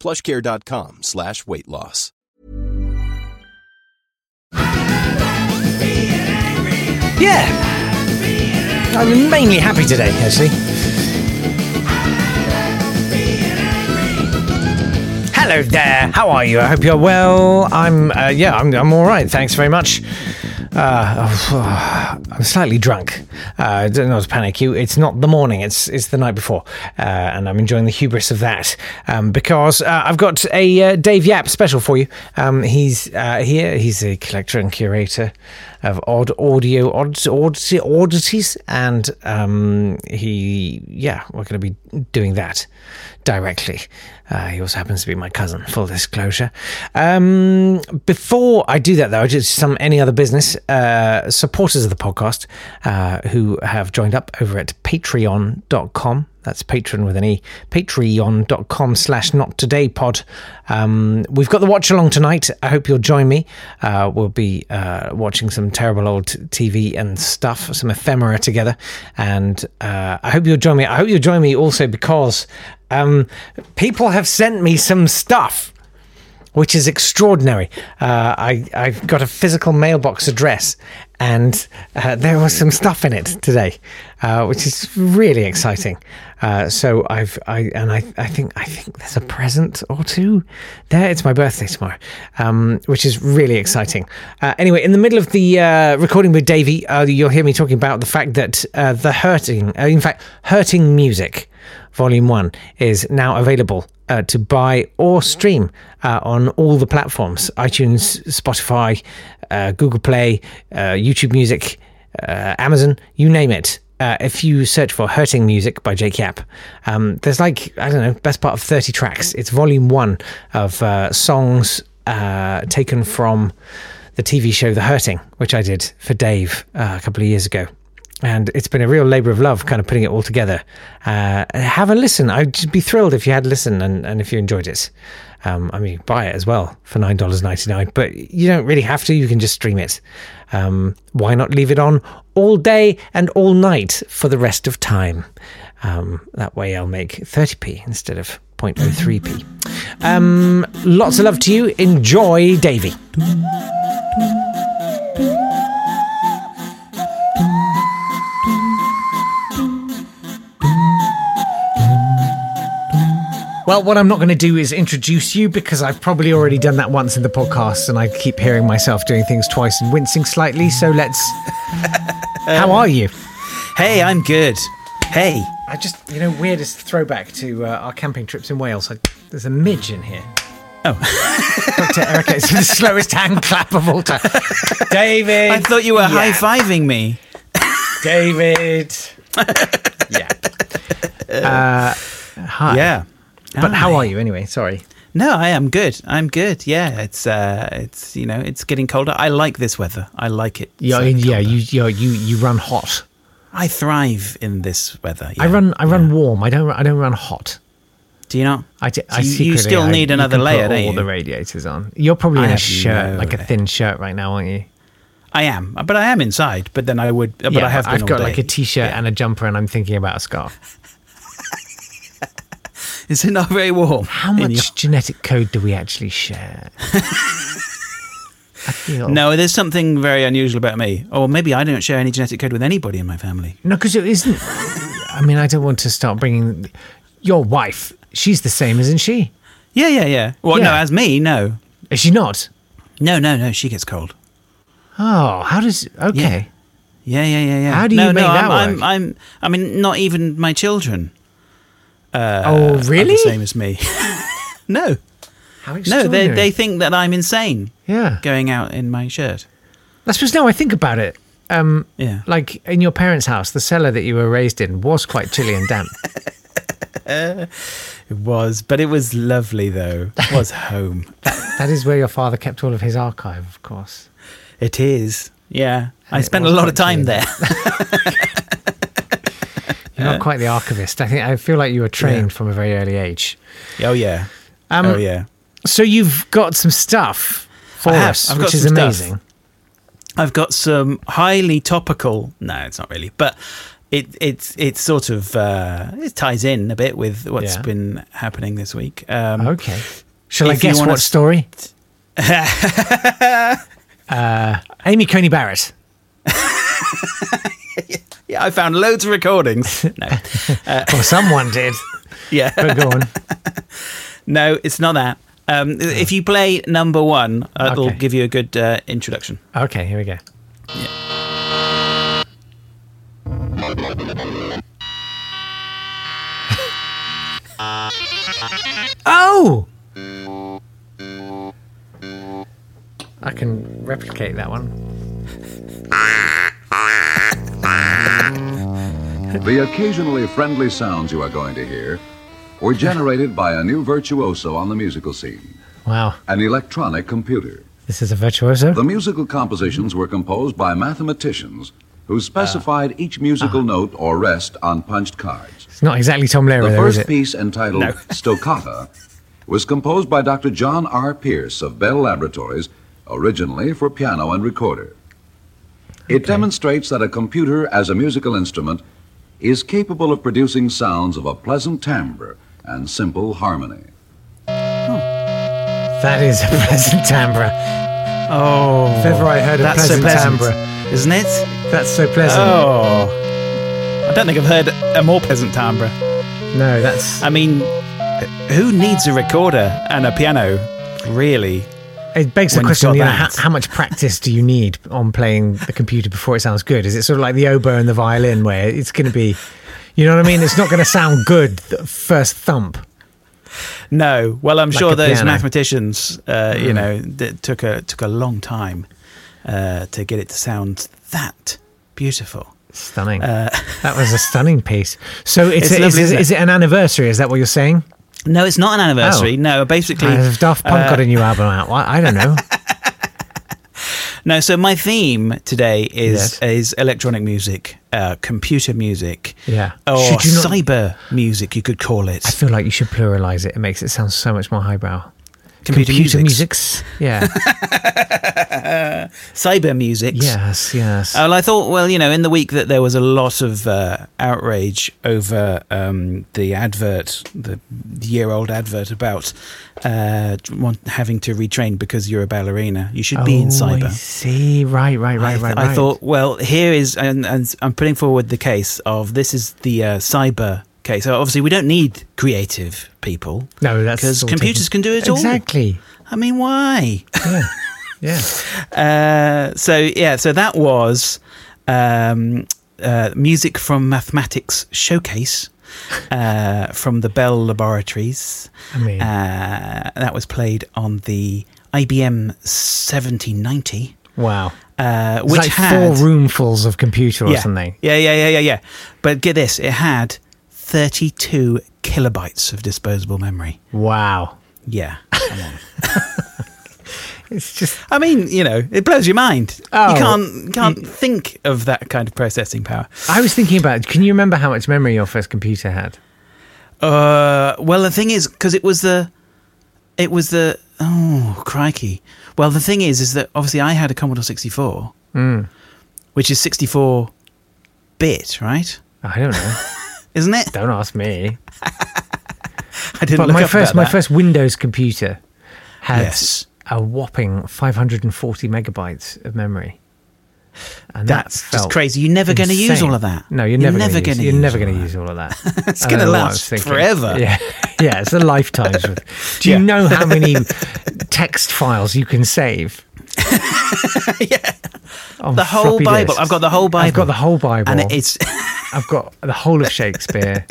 Plushcare.com slash weight loss. Yeah. I'm mainly happy today, actually. Hello there. How are you? I hope you're well. I'm, uh, yeah, I'm, I'm all right. Thanks very much. Uh, I'm slightly drunk. Uh, don't know to panic you. It's not the morning. It's it's the night before, uh, and I'm enjoying the hubris of that um, because uh, I've got a uh, Dave Yap special for you. Um, he's uh, here. He's a collector and curator of odd audio odd, odd, oddities, and um, he yeah, we're going to be doing that directly. Uh, he also happens to be my cousin. Full disclosure. Um, before I do that, though, just some any other business uh, supporters of the podcast uh, who have joined up over at Patreon.com. That's patron with an e. Patreon.com slash not today pod. Um, we've got the watch along tonight. I hope you'll join me. Uh, we'll be uh, watching some terrible old TV and stuff, some ephemera together. And uh, I hope you'll join me. I hope you'll join me also because um, people have sent me some stuff which is extraordinary. Uh, I, I've got a physical mailbox address, and uh, there was some stuff in it today, uh, which is really exciting. Uh, so I've I and I, I think I think there's a present or two there. It's my birthday tomorrow, um, which is really exciting. Uh, anyway, in the middle of the uh, recording with Davey, uh, you'll hear me talking about the fact that uh, the hurting, uh, in fact, hurting music. Volume 1 is now available uh, to buy or stream uh, on all the platforms iTunes, Spotify, uh, Google Play, uh, YouTube Music, uh, Amazon, you name it. Uh, if you search for Hurting Music by Jake Yap, um, there's like, I don't know, best part of 30 tracks. It's volume one of uh, songs uh, taken from the TV show The Hurting, which I did for Dave uh, a couple of years ago and it's been a real labour of love kind of putting it all together uh, have a listen i'd just be thrilled if you had a listen and, and if you enjoyed it um, i mean buy it as well for $9.99 but you don't really have to you can just stream it um, why not leave it on all day and all night for the rest of time um, that way i'll make 30p instead of 0.03p um, lots of love to you enjoy davey Well, what I'm not going to do is introduce you because I've probably already done that once in the podcast and I keep hearing myself doing things twice and wincing slightly. So let's. How are you? Hey, I'm good. Hey. I just, you know, weirdest throwback to uh, our camping trips in Wales. I, there's a midge in here. Oh. Dr. Erica, it's the slowest hand clap of all time. David. I thought you were Yeah. high fiving me. David. yeah. Uh, hi. Yeah. But Hi. how are you anyway? Sorry. No, I am good. I'm good. Yeah, it's uh, it's you know, it's getting colder. I like this weather. I like it. Yeah, So- yeah, you, you, you, you run hot. I thrive in this weather. I yeah. run, I run warm. I don't, I don't run hot. Do you not? I, d- So I you- you secretly- still I- need another can layer, Put don't all you? the radiators on. You're probably I in a have shirt, no like a idea. thin shirt, right now, aren't you? I am, but I am inside. But then I would. But I have. Been I've all got day. like a t-shirt and a jumper, and I'm thinking about a scarf. Is it not very warm? How in much your- genetic code do we actually share? I feel No, there's something very unusual about me. Or maybe I don't share any genetic code with anybody in my family. no, because it isn't. I mean, I don't want to start bringing your wife. She's the same, isn't she? Yeah, yeah, yeah. Well, no, Yeah. as me, no. Is she not? No, no, no. She gets cold. Oh, how does. Okay. Yeah, yeah, yeah, yeah. How do no, you no, make that I'm, I'm, work? I'm, I mean, not even my children oh, are really? Uh, the same as me. no, no, How they extraordinary. they think that I'm insane Yeah. going out in my shirt. I suppose now I think about it. Um, Yeah. Like in your parents' house, the cellar that you were raised in was quite chilly and damp. It was, but it was lovely though. It was home. that is where your father kept all of his archive, of course. It is. Yeah. I it spent a was lot of quite time good. there. You're not quite the archivist. I think I feel like you were trained from a very early age. oh yeah. Um, oh yeah. So you've got some stuff for I have. us, I've got which is some stuff. amazing. I've got some highly topical. No, it's not really, but it it's it's sort of uh, it ties in a bit with what's Yeah. been happening this week. Um, Okay. Shall I If you guess wanna what s- story? uh, Amy Coney Barrett. Yeah, I found loads of recordings. No, Or someone did. yeah, But go on. no, it's not that. Um, if you play number one, uh, it'll Okay. give you a good uh, introduction. Okay, here we go. oh! I can replicate that one. The occasionally friendly sounds you are going to hear were generated by a new virtuoso on the musical scene, Wow, an electronic computer. this is a virtuoso. The musical compositions were composed by mathematicians who specified each musical note or rest on punched cards. It's not exactly Tom Lehrer, The though, is first it? piece, entitled Stoccata, was composed by Dr. John R. Pierce of Bell Laboratories, originally for piano and recorder. It demonstrates that a computer as a musical instrument is capable of producing sounds of a pleasant timbre and simple harmony. That is a pleasant timbre. Oh, If ever I heard a that's so pleasant, pleasant, timbre, isn't it? that's so pleasant. Oh, I don't think I've heard a more pleasant timbre. No, that's. I mean, who needs a recorder and a piano, really? It begs the when you've question: got you know, how, that. how much practice do you need on playing the computer before it sounds good? Is it sort of like the oboe and the violin, where it's going to be, you know what I mean? It's not going to sound good the first thump. No. Well, I'm Like sure a those piano. Mm. mathematicians, uh, you know, that took a took a long time uh, to get it to sound that beautiful. Stunning. that was a stunning piece. So Uh, it's, It's is, lovely, is, isn't it? is it an anniversary? Is that what you're saying? No, it's not an anniversary. Oh. No, basically, Has Daft Punk uh, got a new album out? Well, I don't know. No, so my theme today is Yes. is electronic music, uh, computer music, Yeah. or Should you not- Oh, cyber music, you could call it. I feel like you should pluralize it. It makes it sound so much more highbrow. Computer musics. Yeah. cyber music. yes. Yes. Oh, Well, I thought, well, you know, in the week that there was a lot of uh, outrage over um, the advert, the year-old advert about uh, want- having to retrain because you're a ballerina, you should be in Oh, I cyber. see. Right. Right. Right. I, th- right. I right. thought, well, here is, and, and I'm putting forward the case of this is the uh, cyber case. So obviously, we don't need creative people. No, that's because all computers taken- can do it Exactly. all. I mean, why? Yeah. Uh, so yeah, so that was um, uh, music from Mathematics Showcase uh, from the Bell Laboratories. I mean- uh, that was played on the IBM seventy ninety, Wow. uh, It's which like had four roomfuls of computer or yeah, something. yeah, yeah, yeah, yeah, yeah. But get this, it had thirty two kilobytes of disposable memory. Wow. Yeah. come on. It's just I mean, you know, it blows your mind. Oh. you can't you can't think of that kind of processing power. I was thinking about can you remember how much memory your first computer had? Uh, well, the thing is, because it was the, it was the oh crikey. Well, the thing is, is that obviously I had a Commodore sixty four, Mm. which is sixty four bit, right? I don't know. Isn't it? don't ask me. I didn't. But look my up first about my that. first Windows computer had Yes. a whopping 540 megabytes of memory. And that That's just felt crazy. You're never gonna use insane. all of that. No, you're You're never, never going gonna to use, you're use never all going to that. use all of that. It's I don't gonna know what I last was thinking. forever. Yeah. yeah, it's a lifetime's worth. Do you Yeah. know how many text files you can save? yeah. The whole Bible. I've got the whole Bible. I've got the whole Bible. And it's I've got the whole of Shakespeare.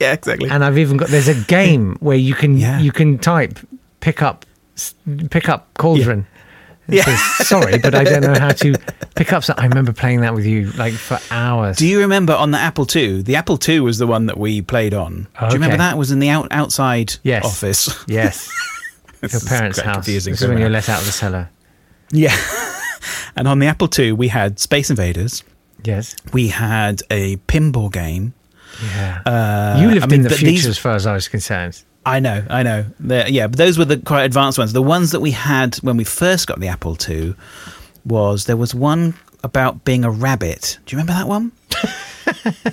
yeah, exactly. and I've even got there's a game where you can Yeah. you can type pick up s- pick up cauldron. It Yeah. says, Sorry, but I don't know how to pick up. Some, I remember playing that with you like for hours. Do you remember on the Apple II? The Apple II was the one that we played on. Do Okay. you remember that was in the out, outside Yes. office? yes, your is parents' quite house. This confusing is for a when you're man. let out of the cellar. yeah. and on the Apple II, we had Space Invaders. Yes, We had a pinball game. yeah. Uh, you lived I mean, in the but future these- as far as I was concerned. I know, I know. They're- yeah, but those were the quite advanced ones. The ones that we had when we first got the Apple II was there was one about being a rabbit. Do you remember that one?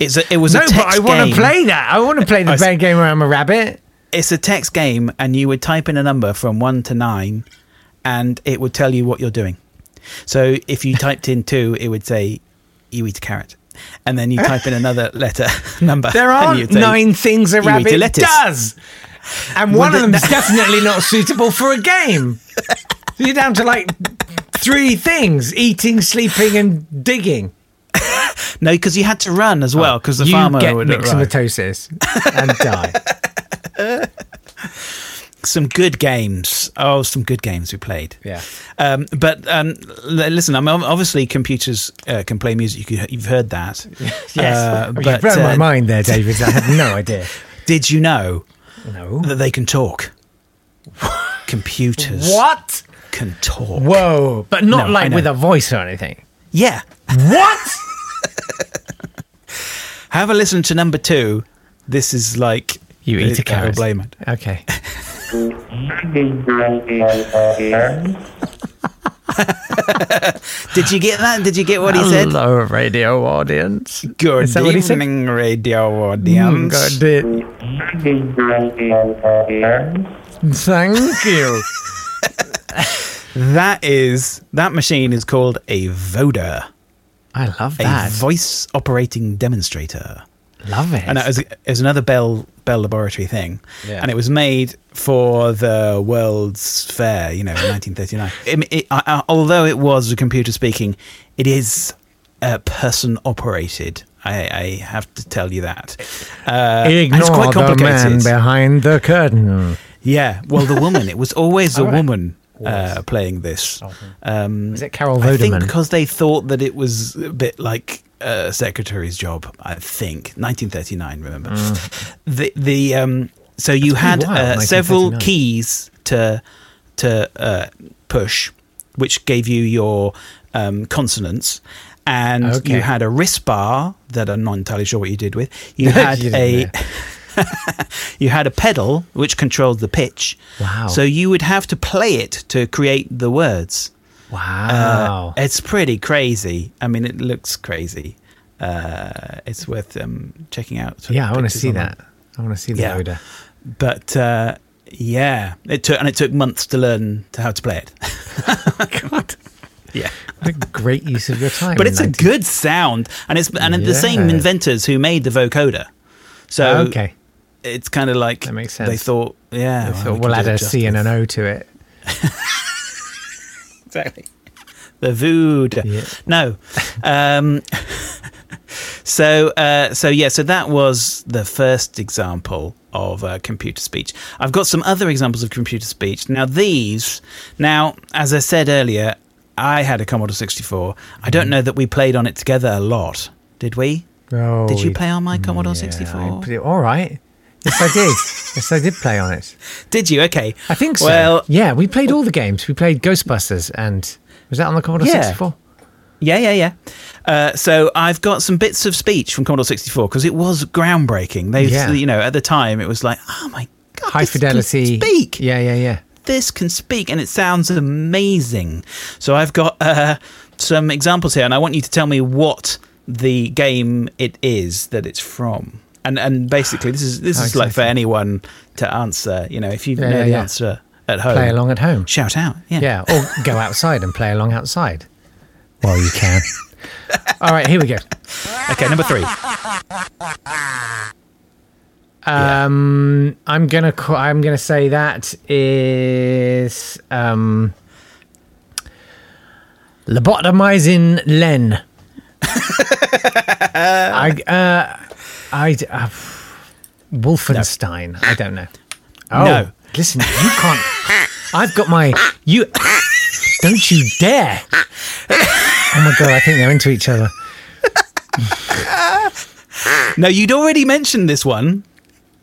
it's a, it was No, a but text I want game. to play that. I want to play the I s- bad game where I'm a rabbit. It's a text game, and you would type in a number from one to nine, and it would tell you what you're doing. So if you typed in two, it would say you eat a carrot, and then you type in another letter number. There and are you'd say, nine things a you eat a rabbit lettuce. does, and Well, one of the- them's definitely not suitable for a game. You're down to like three things: eating, sleeping, and digging. No, because you had to run as well, because the Oh, you farmer get would arrive. myxomatosis and die. some good games. Oh, some good games we played. Yeah. Um, but um, l- listen, I'm obviously computers uh, can play music. You, you've heard that. Yes, Uh, you but blown my uh, mind there, David. I had no idea. did you know No. that they can talk? computers What? can talk. Whoa! But not No, I like know. with a voice or anything. Yeah. What? Have a listen to number two. This is like You eat a I- I will carrot. blame it. Okay. Did you get that? Did you get what he said? Hello, radio audience. Good Is that what he said? Mm, evening, radio audience. Good. e- Thank you. That is that machine is called a voder. I love a that. voice operating demonstrator. love it. And it was, it was another Bell Bell Laboratory thing, Yeah. and it was made for the World's Fair, you know, in 1939. It, it, I, I, although it was a computer speaking, it is uh, person operated. I, I have to tell you that. Uh, and Ignore it's quite the man complicated. behind the curtain. yeah, well, the woman. It was always a All right. woman uh, playing this. Um, Is it Carol I think Voderman? because they thought that it was a bit like a secretary's job. I think 1939. Remember the the um, so you Mm. had pretty wild, uh, several 1939. keys to to uh, push, which gave you your um, consonants. And Okay. you had a wrist bar that I'm not entirely sure what you did with. You had You a didn't you had a pedal which controlled the pitch. Wow. So you would have to play it to create the words. Wow. Uh, it's pretty crazy. I mean, it looks crazy. Uh, it's worth um, checking out. sort of yeah, I want to pictures see online. that. I want to see the Yeah. loader. But uh, yeah, it took and it took months to learn to how to play it. God, yeah, what a great use of your time. but in it's a 19 good sound, and it's and the same Yeah. inventors who made the vocoder. So okay. it's kind of like That makes They sense. thought, yeah, I well, thought we we'll can add do a it C and an O to it. exactly. The vood. Yeah. No. Um, so uh, so yeah. So that was the first example of uh, computer speech. I've got some other examples of computer speech. Now these. Now, as I said earlier, I had a Commodore sixty four. I Mm-hmm. don't know that we played on it together a lot. Did we? Oh, Did you we- play on my Commodore Yeah, I 64? put it- all right. Yes, I did. yes, I did play on it. Did you? Okay. I think so. Well, yeah, we played all the games. We played Ghostbusters and was that on the Commodore Yeah. 64? Yeah, yeah, yeah. Uh, so I've got some bits of speech from Commodore 64 because it was groundbreaking. They, Yeah. you know, at the time it was like, oh my god, High this can fidelity. speak. Yeah, yeah, yeah. This can speak, and it sounds amazing. So I've got uh, some examples here, and I want you to tell me what the game it is that it's from. And and basically, this is this How is like for exciting. anyone to answer. You know, if you Yeah, know yeah, the yeah. answer at home, Play along at home. shout out. Yeah. Yeah, or go outside and play along outside. Well, you can. All right, here we go. Okay, number three. Um, I'm gonna ca- I'm gonna say that is um, lobotomizing Len. I uh, I uh, Wolfenstein. I don't know. Oh, No. listen, you can't. I've got my you. Don't you dare! Oh my god, I think they're into each other. No, you'd already mentioned this one.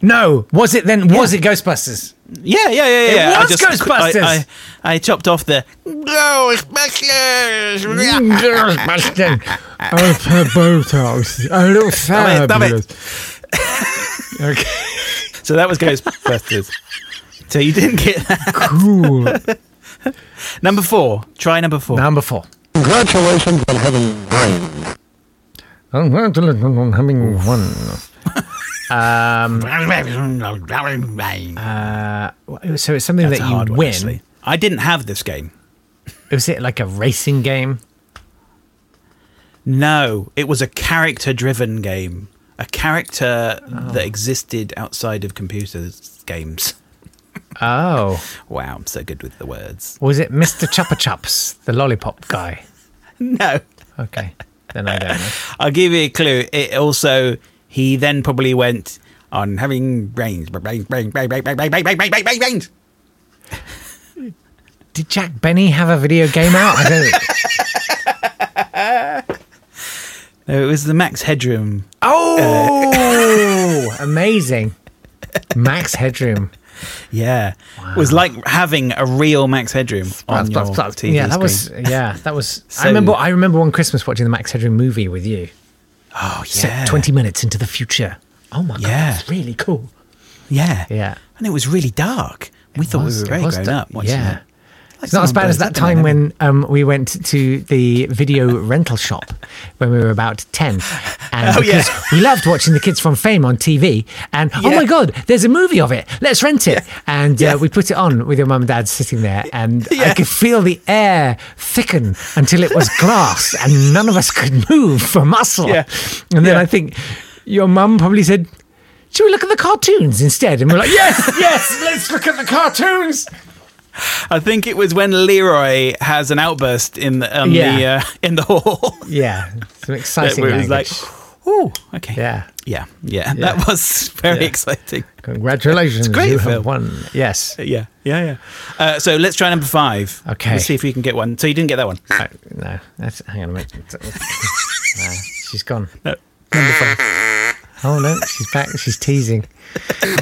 No, was it then? Was it Ghostbusters? Yeah, yeah, yeah, yeah. It yeah. was Ghostbusters! I, I, I chopped off the Ghostbusters. Ghostbusters. I've had Botox. I look Damn it, damn it. Okay, So that was Ghostbusters. so you didn't get that. cool. Number four. Try number four. Number four. Congratulations on having brains. I'm having one. So it's something That's a that you hard one, win. actually. I didn't have this game. Was it like a racing game? No, it was a character-driven game. A character that existed outside of computers games. Oh, Wow, I'm so good with the words. was it Mr. Chopper Chops, the lollipop guy? No. Okay, then I don't know. I'll give you a clue. It also he then probably went on having brains, brains, brains, brains, brains, brains, brains, brains, brains, brains, brains. Did Jack Benny have a video game out? I don't. No, it was the Max Headroom. Oh, amazing! Max Headroom. Yeah, it was like having a real Max Headroom on your TV yeah, that screen. was yeah, that was. So- I remember. I remember one Christmas watching the Max Headroom movie with you. oh Set yeah, uh, Twenty minutes into the future. Oh my god, Yeah. that's really cool. yeah, Yeah. and it was really dark. We thought we Was- were it very was grown da- up watching yeah. it. It's not as bad as that time when um, we went to the video rental shop when we were about 10. And Oh, yeah. because we loved watching the kids from fame on TV. And oh Yeah. my God, there's a movie of it. Let's rent it. And uh, we put it on with your mum and dad sitting there. And I Yeah. could feel the air thicken until it was glass and none of us could move for muscle. Yeah. And then Yeah. I think your mum probably said, should we look at the cartoons instead? And we're like, yes, yes, let's look at the cartoons. I think it was when Leroy has an outburst in the um, the Yeah. uh, in the hall. Yeah, some exciting where it was language. like, oh, okay, yeah. yeah, yeah, That was very Yeah. exciting. Congratulations, great, you Phil. have won. Yes. Yeah, yeah, yeah. Uh, so let's try number five. Okay. Let's see if we can get one. So you didn't get that one. I- no, that's, hang on a minute. No, she's gone. No. Oh no, she's back. She's teasing.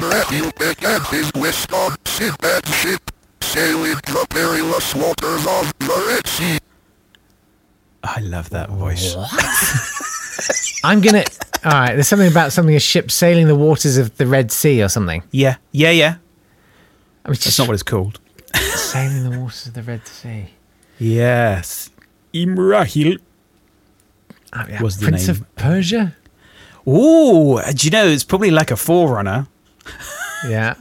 Matthew began his Wisconsin ship sailing the perilous waters of the Red Sea. I love that voice. I'm gonna. All right, there's something about something a ship sailing the waters of the Red Sea or something. Yeah, yeah, yeah. I mean, That's just not what it's called. sailing the waters of the Red Sea. Yes. Imrahil. Oh, yeah. Was the Prince name. of Persia? Ooh, do you know, it's probably like a forerunner. Yeah.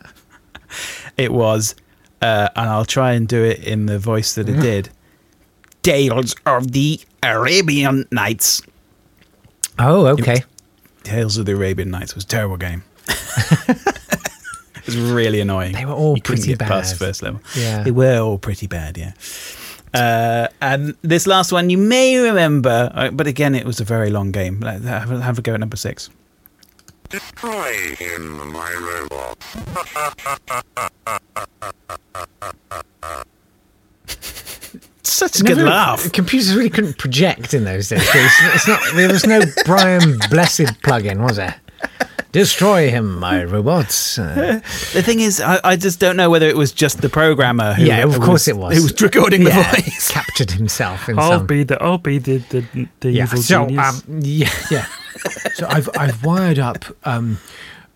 It was, uh, and I'll try and do it in the voice that it did. Tales of the Arabian Nights. Oh, okay. Tales of the Arabian Nights was a terrible game. it was really annoying. They were all you couldn't pretty get past bad. first level. Yeah. They were all pretty bad, yeah. Uh, and this last one you may remember, uh, but again, it was a very long game. Like, Have a, have a go at number six. Destroy him, my robot. Such a Never- good laugh. Computers really couldn't project in those days. It's, it's not, there was no Brian Blessed plug-in, was there? Destroy him, my robots. Uh, The thing is, I, I just don't know whether it was just the programmer. Who, Yeah, of who course it was. Who was recording the yeah, voice? captured himself in I'll some. be the I'll be the the, the yeah. evil So genius. um, yeah, yeah. So I've I've wired up um,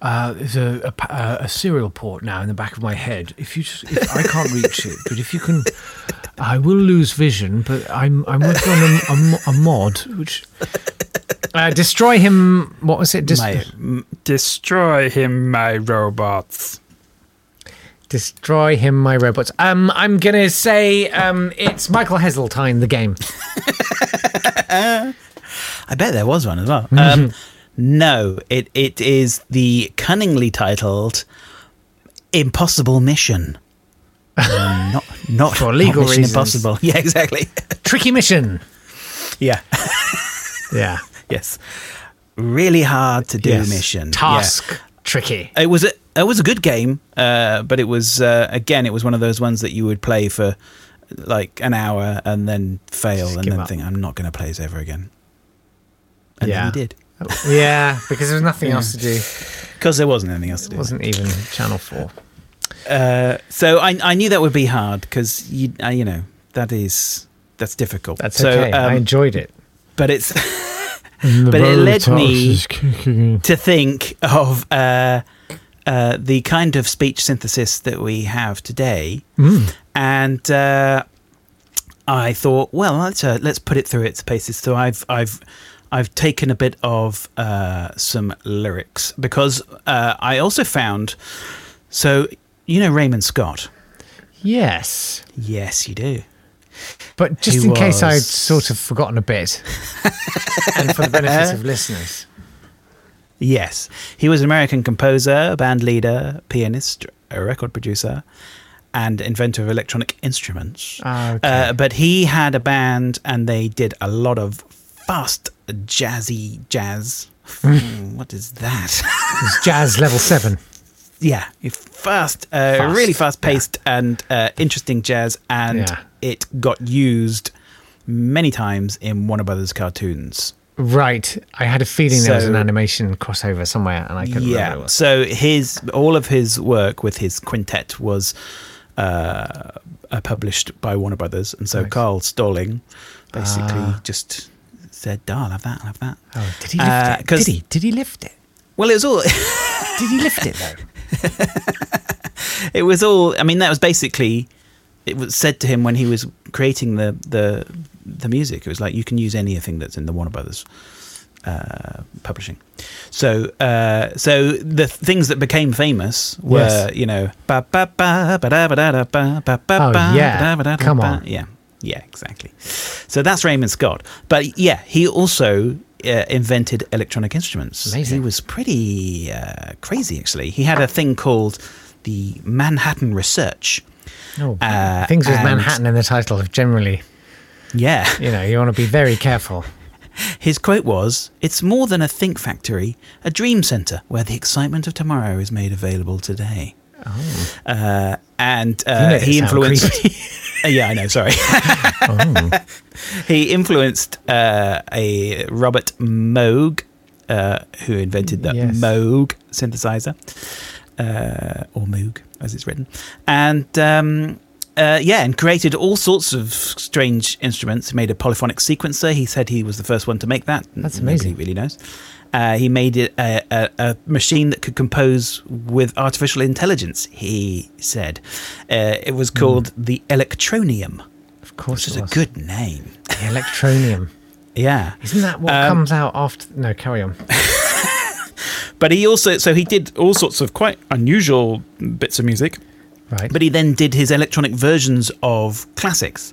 uh, there's a, a, pa- uh, a serial port now in the back of my head. If you just, if I can't reach it, but if you can, I will lose vision. But I'm I'm working on a, a mo- a mod which. Uh, destroy him. What was it? Dest- Mate, Destroy him, my robots. Destroy him, my robots. Um, I'm gonna say um, it's Michael Heseltine, the game. I bet there was one as well. Um, No, it it is the cunningly titled Impossible Mission. Um, not not For not legal Mission reasons. Impossible. Yeah, exactly. Tricky mission. Yeah. Yeah. yes. Really hard to do mission. Yeah. Task. Tricky. It was a it was a good game, uh, but it was uh, again it was one of those ones that you would play for like an hour and then fail and give then up. think I'm not going to play this ever again. And Yeah. then you did yeah, because there was nothing else to do. because there wasn't anything else to do. It wasn't even Channel 4. So I I knew that would be hard because you uh, you know that is that's difficult. That's so, okay. I um, enjoyed it. but it's but it led me to think of uh, uh, the kind of speech synthesis that we have today, Mm. and uh, I thought, well, let's uh, let's put it through its paces. So I've I've I've taken a bit of uh, some lyrics because uh, I also found so you know Raymond Scott. Yes. Yes, you do. But just He in case I'd was- sort of forgotten a bit, and for the benefit of listeners, Yes. He was an American composer, band leader, pianist, a record producer, and inventor of electronic instruments. Ah, okay. Uh, but he had a band and they did a lot of fast, jazzy jazz. Hmm. what is that? it's jazz level seven. yeah, fast, uh, Fast, really fast paced and uh, interesting jazz, and Yeah. it got used many times in Warner Brothers cartoons. Right. I had a feeling there was an So- animation crossover somewhere, and I couldn't remember. what it was. So his all of his work with his quintet was uh, uh, published by Warner Brothers, and so Carl Stalling basically just said, "Darl, I'll have that, I'll have that." Ah. Oh, did he lift Uh, it? 'cause- Did he? Did he lift it? Well, it was all. Did he lift it though? it was all. I mean, that was basically. It was said to him when he was creating the the the music. It was like you can use anything that's in the Warner Brothers uh, publishing. So uh, so the things that became famous were Yes. you know ba ba ba ba da ba da da ba ba ba Oh, ba yeah. ba da ba da da Come ba. on. yeah yeah exactly. So that's Raymond Scott. But yeah, he also. Uh, invented electronic instruments. Amazing. He was pretty uh, crazy, actually. He had a thing called the Manhattan Research. No. Uh, Things with and- Manhattan in the title have generally, Yeah. you know, you want to be very careful. His quote was It's more than a think factory, a dream center where the excitement of tomorrow is made available today. Uh, and uh, Oh. make it he sound influenced. Uh, yeah, I know. Sorry. Oh. He influenced uh, a Robert Moog, uh, who invented the Yes. Moog synthesizer, uh, or Moog as it's written, and um, uh, yeah, and created all sorts of strange instruments. He made a polyphonic sequencer. He said he was the first one to make that. Nobody That's amazing. really knows. Uh, he made it a, a, a machine that could compose with artificial intelligence. He said uh, it was Hmm. called the Electronium, Of which course, is it a was. good name. The electronium. Yeah, Isn't that what Um, comes out after? No, carry on. But he also, so he did all sorts of quite unusual bits of music. Right. But he then did his electronic versions of classics,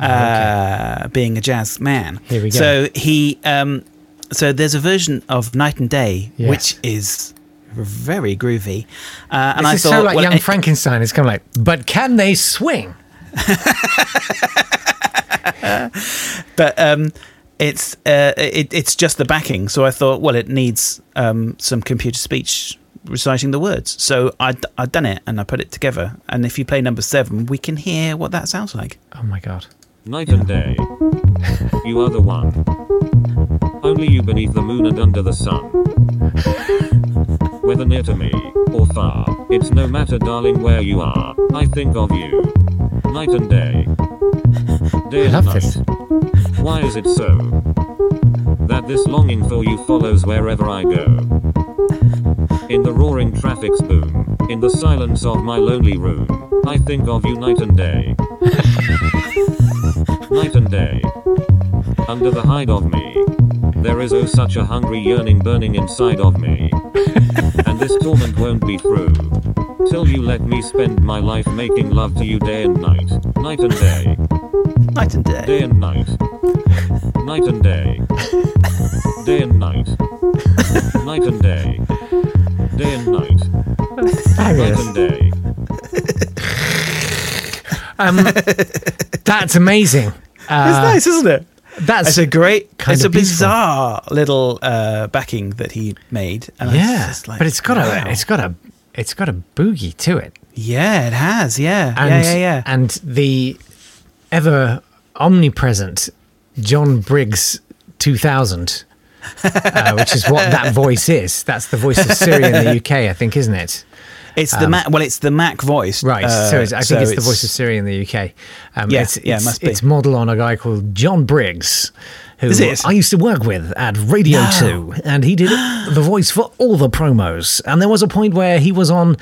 uh, being a jazz man. Oh, Here we go. So he, um, so there's a version of Night and Day, Yes. which is very groovy. Uh, and this I is thought, so like well, Young it- Frankenstein. It's kind of like, but can they swing? but um, it's uh, it, it's just the backing. So I thought, well, it needs um, some computer speech reciting the words. So I I done it and I put it together. And if you play number seven, we can hear what that sounds like. Oh my god. Night and day. you are the one. Only you beneath the moon and under the sun. Whether near to me or far, it's no matter, darling, where you are. I think of you. Night and day. Day I and love night. this. Why is it so? That this longing for you follows wherever I go. In the roaring traffic's boom, in the silence of my lonely room, I think of you night and day. night and day. Under the hide of me, there is oh such a hungry yearning burning inside of me. and this torment won't be through. Till you let me spend my life making love to you day and night, night and day. Night and day. Day and night. Night and day. Day and night. night and day. Day and night. Night and day. That's amazing. Ah. it's nice, isn't it? That's It's a great, kind it's of a beautiful. bizarre little uh, backing that he made. And I was yeah, just like, but it's got wow. a it's got a it's got a boogie to it. yeah, it has, yeah, and yeah, yeah, yeah. and the ever omnipresent John Briggs 2000, uh, which is what that voice is. That's the voice of Syria in the UK, I think, isn't it? It's the Mac. Well, it's the Mac voice, um, Right. uh, so it's, I think so it's, the voice of Syria in the UK. Um, Yeah, it's, yeah, it it's- must be. It's modeled on a guy called John Briggs, who Is it? I used to work with at Radio No. 2, and he did the voice for all the promos. And there was a point where he was on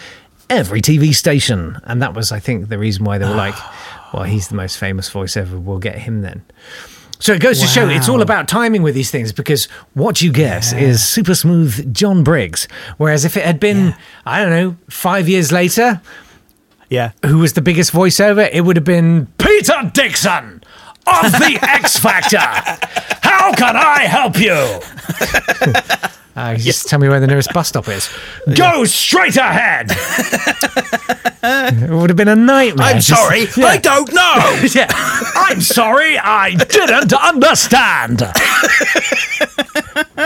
every TV station, and that was, I think, the reason why they were like, well, he's the most famous voice ever. We'll get him then. So it goes to show it's all Wow. about timing with these things because what you get is super smooth John Briggs. Whereas if it had been, I don't know, five years later, yeah. who was the biggest voiceover, it would have been Peter Dixon of the X Factor. How can I help you? Uh, just tell me where the nearest bus stop is. Go straight ahead. it would have been a nightmare. I'm Just- sorry, yeah. I don't know. Yeah. I'm sorry, I didn't understand.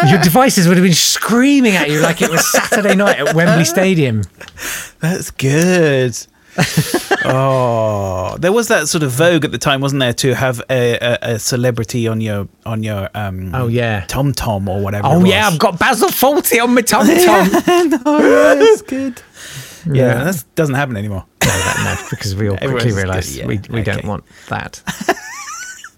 Your devices would have been screaming at you like it was Saturday night at Wembley Stadium. That's good. oh, there was that sort of vogue at the time, wasn't there, to have a, a, a celebrity on your on your um Oh, yeah. Tom Tom or whatever. Oh yeah, I've got Basil Fawlty on my tom tom. that's good. Yeah, that doesn't happen anymore. no, because we all Everyone's quickly good, realised yeah, we, we don't okay. want that.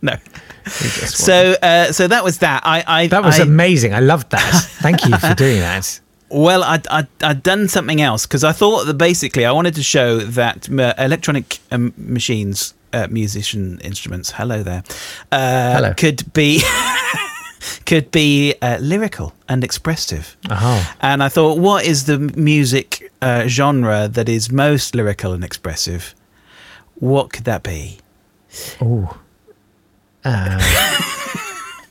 No. We just want- So uh, so that was that. I, I that was I, amazing. I loved that. Thank you for doing that. Well, I I I'd done something else because I thought that basically I wanted to show that m- uh, electronic um, machines, uh, musician instruments. Hello there. Uh, Hello. Could be. Could be uh, lyrical and expressive. Oh, And I thought, what is the music uh, genre that is most lyrical and expressive? What could that be? oh.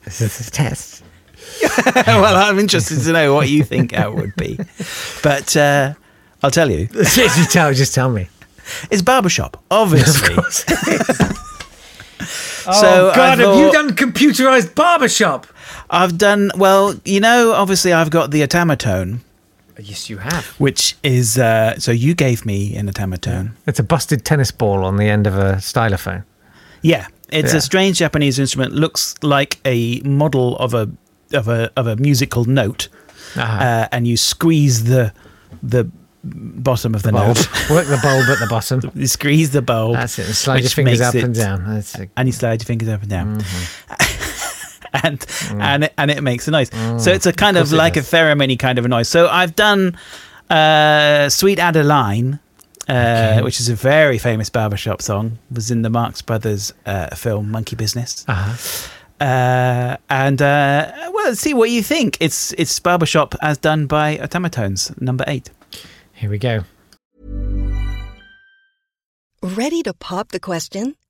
this is a test. well, I'm interested to know what you think that would be. But uh, I'll tell you, just tell, just tell me. it's barbershop, obviously. Oh, So I thought- done computerized barbershop? I've done well. You know, obviously, I've got the automaton, Yes, you have. which is uh, so you gave me an automaton. It's a busted tennis ball on the end of a stylophone. Yeah, it's Yeah. a strange Japanese instrument. Looks like a model of a of a of a musical note, Ah, uh, and you squeeze the the bottom of the, Bulb. note. Work the bulb at the bottom. You squeeze the bulb. That's it. Slide your which fingers makes up and it- down. That's it. and you slide your fingers up and down. Mm-hmm. and and it, and it makes a noise. So it's a kind of, Mm. course it like a does. pheromone kind of a noise. So I've done uh, "Sweet Adeline," uh, which is a very famous barbershop song. Was in the Marx Brothers uh, film "Monkey Business." Uh-huh. Uh, and uh, well, see what you think. It's it's barbershop as done by Automatones, number eight. Here we go. Ready to pop the question?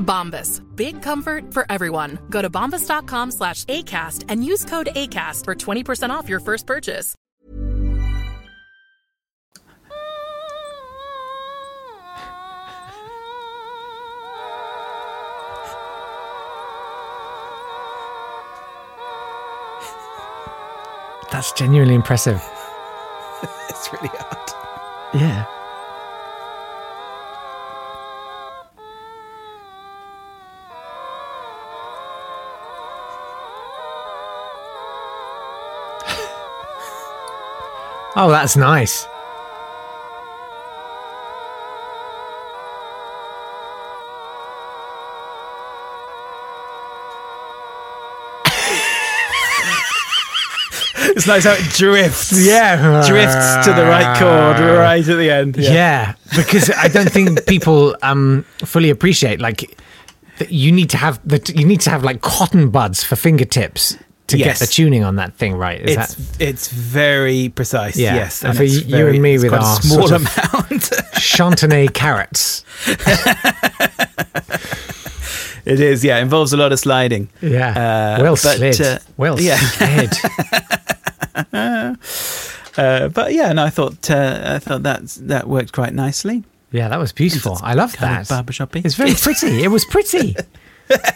Bombas. Big comfort for everyone. Go to bombas.com slash ACAST and use code ACAST for 20% off your first purchase. That's genuinely impressive. it's really hard. Yeah. oh, that's nice. It's nice how it drifts. Yeah. Drifts to the right chord right at the end. Yeah, because I don't think people um, fully appreciate like that you need to have that you need to have like cotton buds for fingertips to Yes. get the tuning on that thing right. Is It's that it's very precise. Yeah. Yes, And for it's you- you and me it's with quite our a small sort of- amount. Chantenay carrots? it is. Yeah, involves a lot of sliding. Yeah. Uh, well but, slid. uh, well yeah. slid. Uh, but yeah, no, I thought uh, I thought that that worked quite nicely. Yeah, that was beautiful. I love kind of that. barbershoppy. It's very pretty. It was pretty.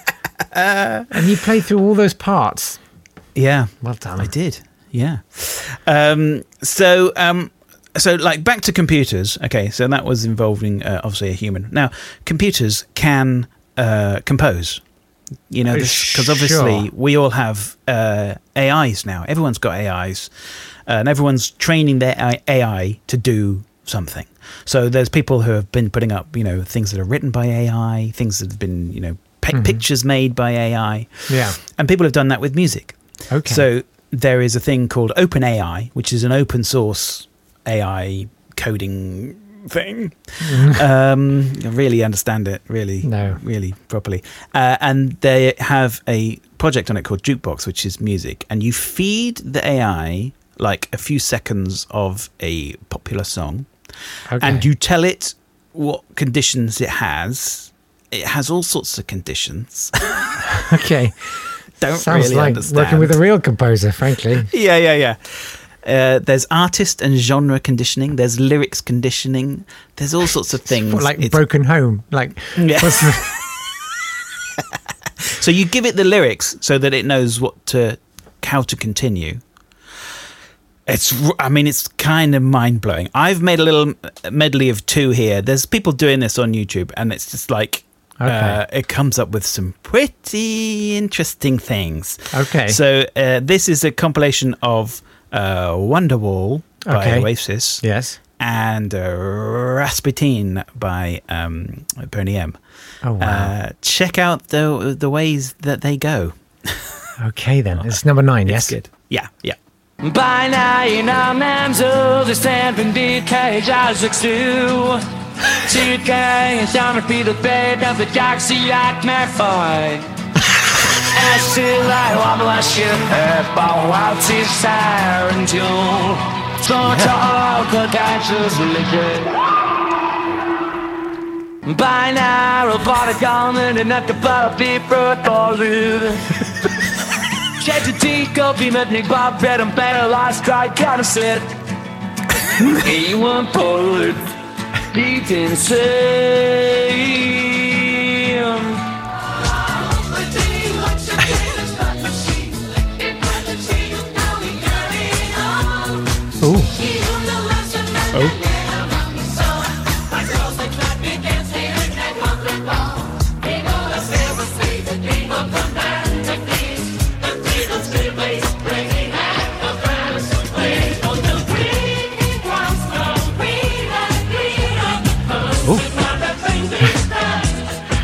and you played through all those parts. Yeah. Well done. I did. Yeah. Um, so, um, so like back to computers. Okay, so that was involving uh, obviously a human. Now, computers can uh, compose. You know, Uh, because obviously sure. we all have uh, AIs now. Everyone's got AIs, uh, and everyone's training their AI AI to do something. So there's people who have been putting up, you know, things that are written by AI, things that have been, you know, pi- Mhm. pictures made by AI. Yeah. And people have done that with music. Okay. So there is a thing called OpenAI, which is an open source AI coding thing. um, I really understand it, really, Mm-hmm. No. really properly. Uh, and they have a project on it called Jukebox, which is music. And you feed the AI like a few seconds of a popular song, Okay. and you tell it what conditions it has. It has all sorts of conditions. okay. Don't Sounds really like understand. working with a real composer, frankly. yeah, yeah, yeah. Uh, there's artist and genre conditioning. There's lyrics conditioning. There's all sorts of things. like It's- broken home. Like Yeah. what's the- so you give it the lyrics so that it knows what to, how to continue. It's, r- I mean, it's kind of mind blowing. I've made a little medley of two here. There's people doing this on YouTube, and it's just like, uh, Okay. it comes up with some pretty interesting things. Okay. So uh, this is a compilation of uh, Wonderwall by Okay. Oasis. Yes. And uh, Rasputin by um, Boney M. Oh, wow. Uh, check out the the ways that they go. Okay Oh, then. It's number nine, yes? Yeah, yeah. By now you know man's understand when DK just looks through. TK is down to be the bed of the doxy at McFoy. And still I wobble I ship about what's his siren tune. So to all good answers religion. By now, robotic almond and not the bottle be brought for Shed to think of him at Nick Bob Bread and better last cry kind of slit. He won't pull it. He didn't say. Ooh. Oh.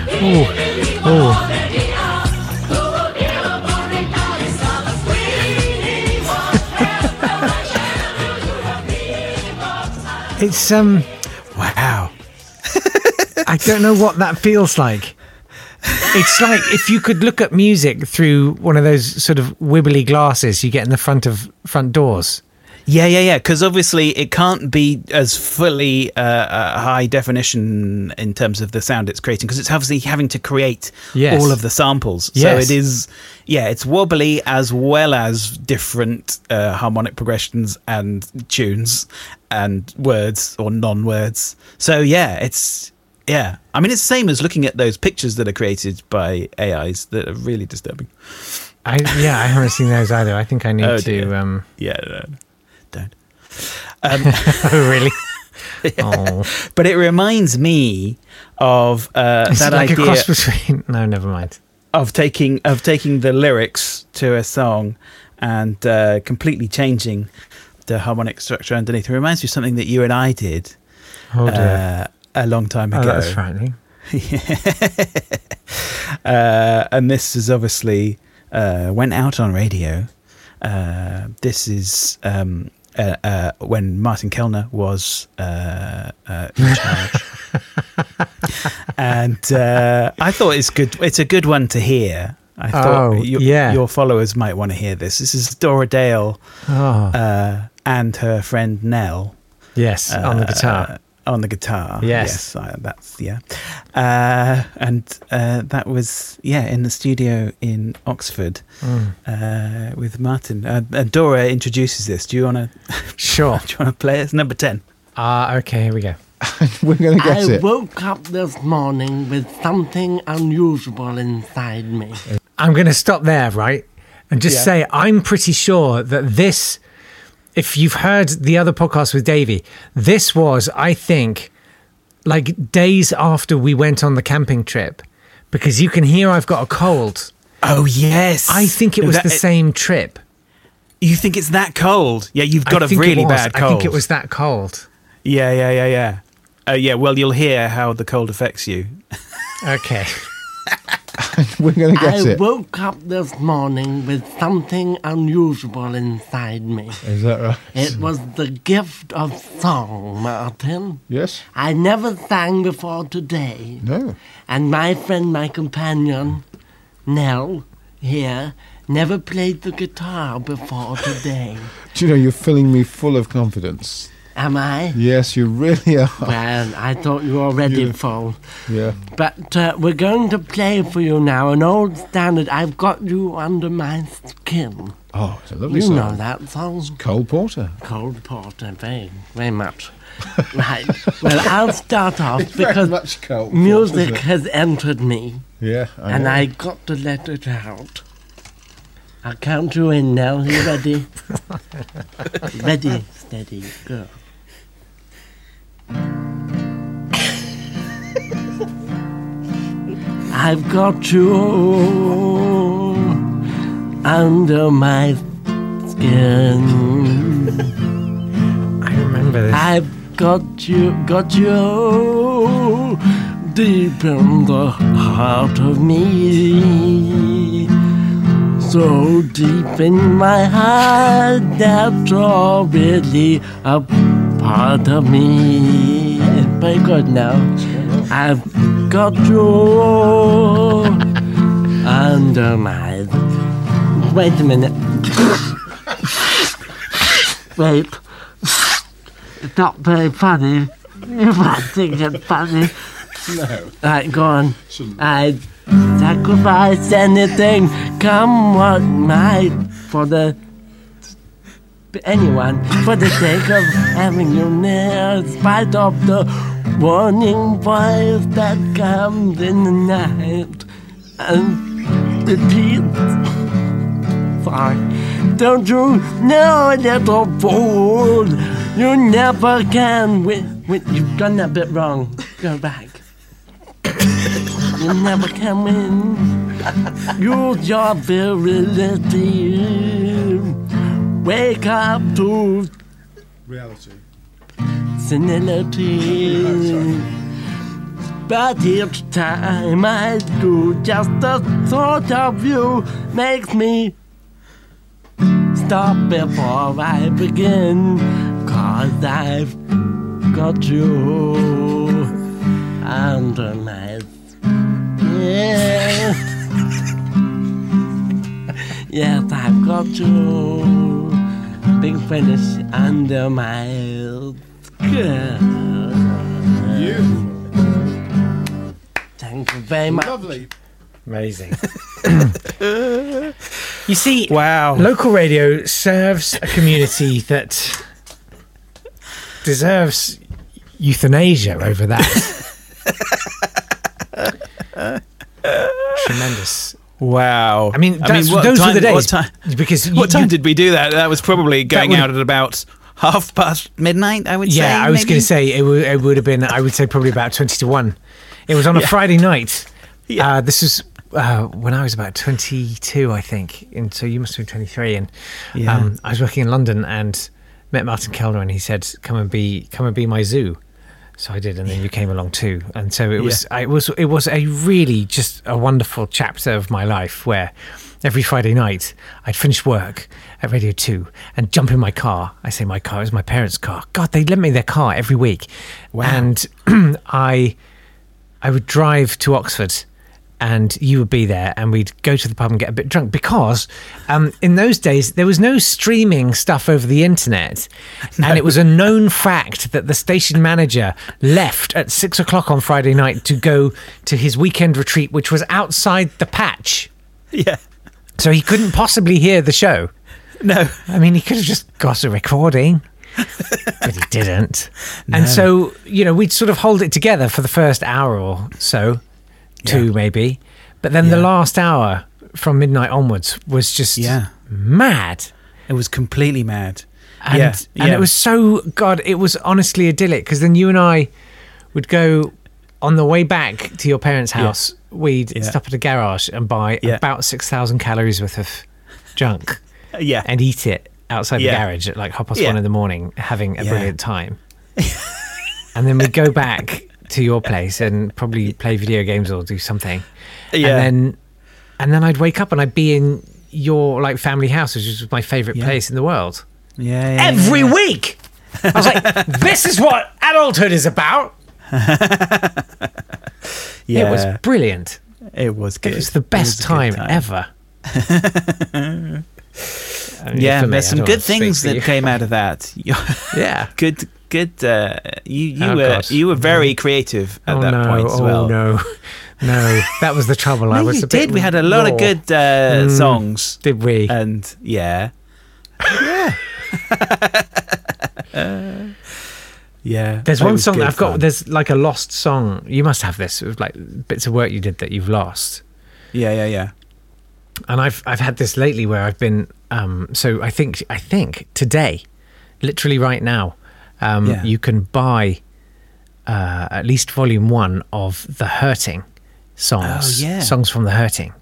Oh. Ooh. Ooh. It's um wow. I don't know what that feels like. It's like if you could look at music through one of those sort of wibbly glasses you get in the front of front doors. Yeah, yeah, yeah. Because obviously it can't be as fully uh, uh, high definition in terms of the sound it's creating because it's obviously having to create Yes. all of the samples. Yes. So it is, yeah, it's wobbly as well as different uh, harmonic progressions and tunes and words or non-words. So yeah, it's yeah. I mean, it's the same as looking at those pictures that are created by AIs that are really disturbing. I yeah, I haven't seen those either. I think I need Oh, to. dear. Um, Yeah, no, no, don't. oh really? Yeah. Oh. But it reminds me of uh, Is that it like idea a cross between? No, never mind. of taking of taking the lyrics to a song and uh, completely changing the harmonic structure underneath. It reminds me of something that you and I did Oh, uh, dear. a long time ago. Oh, that's frightening. uh, and this is obviously uh, went out on radio. Uh, this is um, uh, uh, when Martin Kellner was uh, uh, in charge, and uh, I thought it's good. It's a good one to hear. I thought Oh, your, yeah. your followers might want to hear this. This is Dora Dale Oh. uh, and her friend Nell. Yes, on the guitar. Uh, On the guitar. Yes. I- that's yeah. Uh, and uh, that was yeah in the studio in Oxford Mm. uh, with Martin. Uh, uh, Dora introduces this. Do you want to? Sure. do you want to play it? It's number ten. Ah, okay. Here we go. We're going I woke up this morning with something unusual inside me. I'm going to stop there, right? And just Yeah. say, I'm pretty sure that this, if you've heard the other podcast with Davey, this was, I think, like days after we went on the camping trip because you can hear I've got a cold. Oh, yes. I think it was That- the same trip. You think it's that cold? Yeah, you've got I a think it really was. bad cold. I think it was that cold. Yeah, yeah, yeah, yeah. Uh, yeah, well, you'll hear how the cold affects you. Okay. We're going to I guess it. woke up this morning with something unusual inside me. Is that right? It was the gift of song, Martin. Yes? I never sang before today. No. And my friend, my companion, Nell, here, never played the guitar before today. Do you know, you're filling me full of confidence. Am I? Yes, you really are. Well, I thought you were ready for. Yeah. But uh, we're going to play for you now an old standard. I've got you under my skin. Oh, it's a lovely you song. know that song? Cole Porter. Cold porter, very, very much. right. Well, I'll start off It's very because much cold porter, music isn't it? has entered me, Yeah. and know. I got to let it out. I'll count you in now. You ready? ready, steady, go. I've got you under my skin. I remember this. I've got you, got you deep in the heart of me. So deep in my heart that you're really a part of me. Very good now. I've got you under my. Wait a minute. Wait. It's not very funny. You might think it's funny. No. Right, go on. I'd sacrifice anything, come what might, for the. anyone, for the sake of having you near, in spite of the warning voice that comes in the night and repeats. Sorry. Don't you know, little fool, you never can win. win. You've done that bit wrong. Go back. You never can win. Use your virility. Wake up to Reality. senility. But each time I do, just the thought of you makes me stop before I begin. Cause I've got you under my skin. Yes, I've got you big finish under my skirt. Thank you very much. Lovely. Amazing. you see, wow. Local radio serves a community that deserves euthanasia over that. Tremendous. Wow. I mean, that's- what those were time- the days. What time, because what time did we do that? That was probably going would- out at about half past midnight. I would say. yeah, I was going maybe? to say it, w- it would have been. I would say probably about twenty to one. It was on a Yeah. Friday night. Uh, this is uh, when I was about twenty-two, I think, and so you must have been twenty-three. And Yeah. um, I was working in London and met Martin Kellner, and he said, "Come and be, come and be my zoo." So I did, and then you came along too. And so it was, I- it was, it was a really just a wonderful chapter of my life where every Friday night I'd finish work at Radio Two and jump in my car. I say my car it was my parents' car. God, they lent me their car every week, and I, I would drive to Oxford. And you would be there, and we'd go to the pub and get a bit drunk because um, in those days there was no streaming stuff over the internet. And it was a known fact that the station manager left at six o'clock on Friday night to go to his weekend retreat, which was outside the patch. Yeah. So he couldn't possibly hear the show. No. I mean, he could have just got a recording, but he didn't. No. And so, you know, we'd sort of hold it together for the first hour or so, two maybe. But then the last hour from midnight onwards was just mad. It was completely mad. And, Yeah, and yeah. it was so, God, it was honestly idyllic because then you and I would go on the way back to your parents' Yeah. house. We'd Yeah. stop at a garage and buy Yeah. about 6,000 calories worth of junk yeah. and eat it outside Yeah. the garage at like half past Yeah. one in the morning, having a Yeah. brilliant time. and then we'd go back to your place and probably play video games or do something. Yeah. And then, and then I'd wake up and I'd be in your like family house, which was my favorite place in the world Yeah. yeah, every yeah. week. I was like, this is what adulthood is about. Yeah. It was brilliant. It was good. It was the best a good time, ever. I mean, yeah, for me, there's I some don't good wanna speak things for that you. came out of that. You- Yeah. good. Good. Uh, you you Oh, were God. you were very creative at oh, that no, point as oh, well. no, no, that was the trouble. I No, was you a bit did. We had a lot raw. of good uh, Mm, songs. Did we? And yeah, yeah. There's It one was song good that I've got. fun. There's like a lost song. You must have this. with, Like bits of work you did that you've lost. Yeah, yeah, yeah. and I've I've had this lately where I've been um, so I think I think today, literally right now, um, Yeah. you can buy uh, at least volume one of the Hurting songs, Oh, yeah. songs from the Hurting.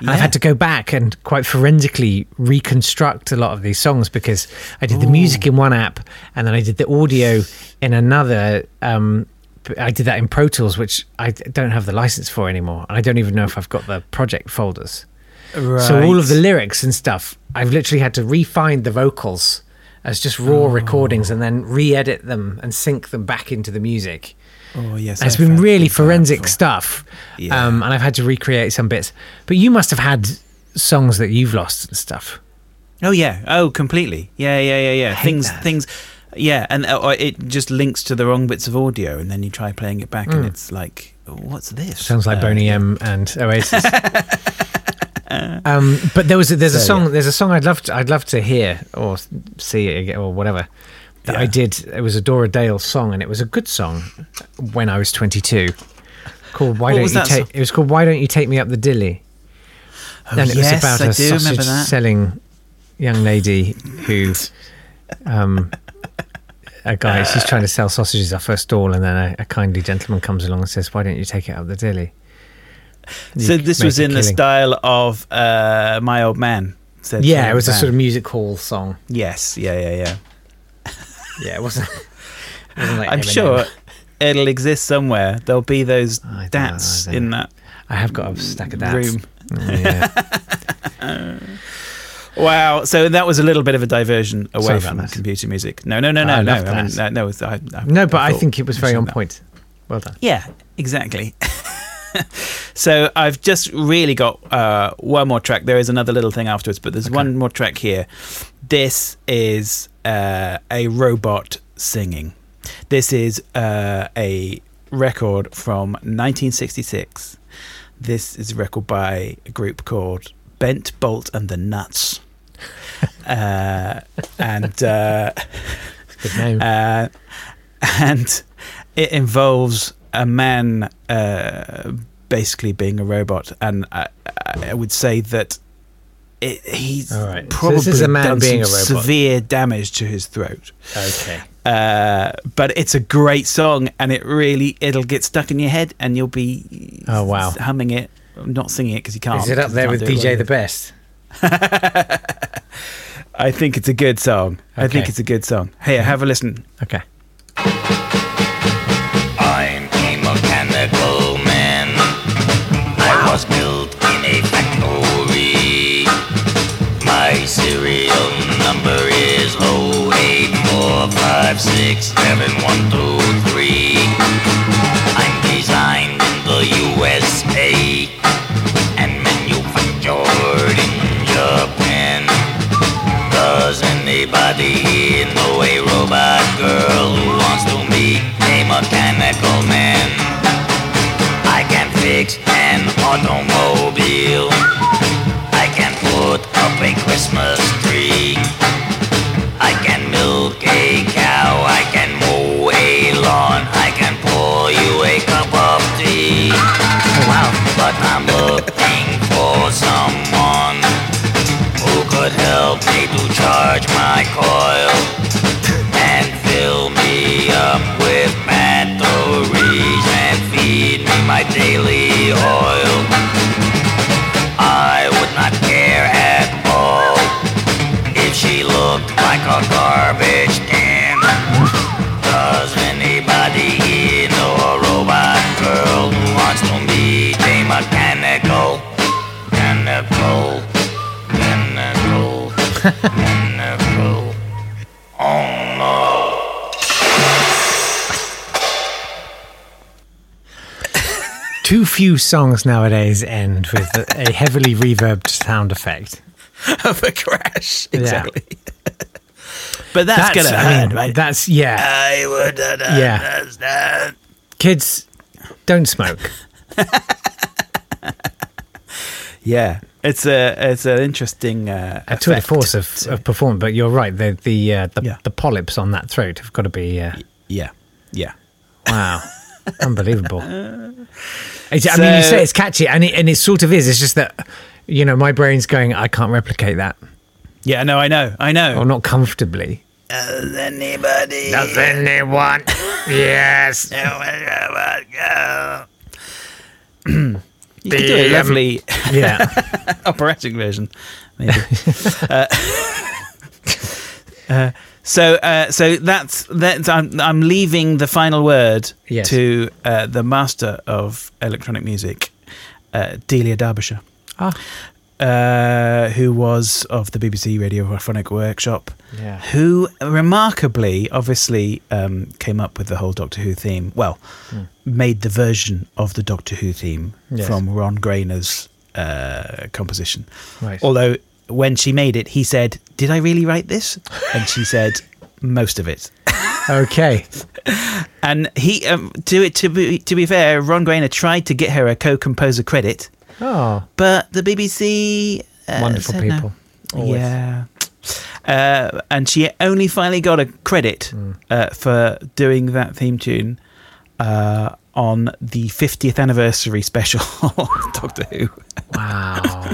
And I've Yeah. had to go back and quite forensically reconstruct a lot of these songs because I did the music in one app and then I did the audio in another. Um, p- I did that in Pro Tools, which I d- don't have the license for anymore, and I don't even know if I've got the project folders. So all of the lyrics and stuff, I've literally had to refine the vocals as just raw recordings and then re-edit them and sync them back into the music. Oh yes, And it's I been found- really forensic stuff, Yeah. um, and I've had to recreate some bits. But you must have had songs that you've lost and stuff. Oh yeah. Oh, completely. Yeah, yeah, yeah, yeah. hate Things, that. things. Yeah, and uh, or it just links to the wrong bits of audio, and then you try playing it back, and Mm. it's like, what's this? Sounds like Uh, Boney M and Oasis. um, but there was a, there's a So, song there's a song I'd love to, I'd love to hear or see it again or whatever that I did. It was a Dora Dale song and it was a good song when I was 22. Called why What don't was you that take? song? It was called why don't you take me up the dilly. Oh, and it yes, was about I a do remember sausage that. selling young lady who. Um, a guy, Uh, she's trying to sell sausages off her stall, and then a, a kindly gentleman comes along and says, "Why don't you take it up the dilly?" You So could this make was a in the killing. style of uh, my old man. Said Yeah, My it Old was a Man. sort of music hall song. Yes. Yeah. Yeah. Yeah. Yeah, it wasn't. it wasn't like I'm Eminem. sure it'll exist somewhere. There'll be those I don't know, I dats don't in know. that. I have got a stack of that room. Yeah. Wow. So that was a little bit of a diversion away Sorry about from that. computer music. No, no, no, no, I no. love I mean, that. no, no, it's- I, I, no, but I thought think it was we very should on know. point. Well done. Yeah, exactly. so I've just really got uh, one more track. There is another little thing afterwards, but there's one more track here This is uh, a robot singing. This is uh, a record from 1966. This is a record by a group called Bent Bolt and the Nuts. uh, and uh, good name. Uh, and it involves a man uh, basically being a robot, and I, I would say that it, he's All right. So probably this is a man done being some a robot. severe damage to his throat. Okay. Uh, but it's a great song, and it really it'll get stuck in your head, and you'll be Oh, wow. humming it, not singing it because you can't. Is it up 'cause you there can't with do it DJ well. the best? I think it's a good song. I think Okay. it's a good song. Here, have a listen. Okay. I'm a mechanical man. I was built in a factory. My serial number is 084567123. I'm designed in the USA and manufactured in Japan. Does anybody here know a robot girl who wants to meet a mechanical man? I can fix an automobile. I can put up a Christmas tree. I can milk a cow. I can mow a lawn. I can pour you a cup of tea. Wow. But I'm looking for someone who could help me to charge my coil and fill me up with batteries and feed me my daily oil. I would not care at all if she looked like a garbage can. Does anybody here know a robot girl who wants to meet a mechanical? Mechanical. Mechanical. Mechanical. Oh no. Too few songs nowadays end with a heavily reverbed sound effect. of a crash. Yeah. Exactly. but that's, gonna I mean, hurt, right? That's yeah. I would not Yeah. understand. Kids, don't smoke. Yeah, it's a it's an interesting uh, A tour de effect. force of, of performance, but you're right. The the uh, the, the polyps on that throat have got to be. Uh, yeah, yeah. Wow, unbelievable. It's, I mean, you So- say it's catchy, and it and it sort of is. It's just that you know my brain's going, I can't replicate that, Yeah, no, I know, I know. or not comfortably. Does anybody? Does anyone? yes. You could do a The, um, lovely, yeah. operatic version, maybe. uh, uh, so, uh, so that's that's. I'm I'm leaving the final word Yes. to uh, the master of electronic music, uh, Delia Derbyshire, Ah. uh, who was of the BBC Radiophonic Workshop, Yeah. who remarkably, obviously, um, came up with the whole Doctor Who theme. Well, Hmm. made the version of the Doctor Who theme Yes. from Ron Grainer's uh, composition. Right. Although when she made it, he said, "Did I really write this?" And she said, "Most of it." Ah, Okay. And he, um, to it to be to be fair, Ron Grainer tried to get her a co-composer credit, Oh, but the BBC uh, wonderful said no. people. Always. Yeah. Uh, and she only finally got a credit Hmm. uh, for doing that theme tune uh, on the 50th anniversary special of Doctor Who. Wow.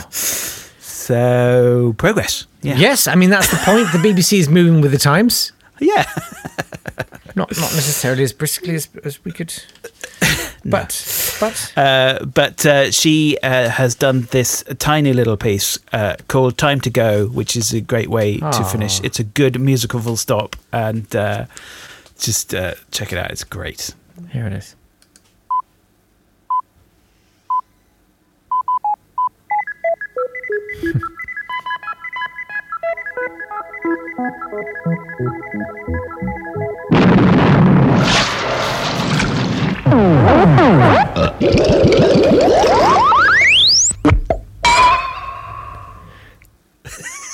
so, progress. Yeah. Yes, I mean that's the point. The BBC is moving with the times. Yeah. not not necessarily as briskly as as we could. But but Uh, but uh, she uh, has done this tiny little piece uh, called Time to Go, which is a great way to finish. Ah. It's a good musical full stop. And uh, just uh, check it out. It's great. here it is.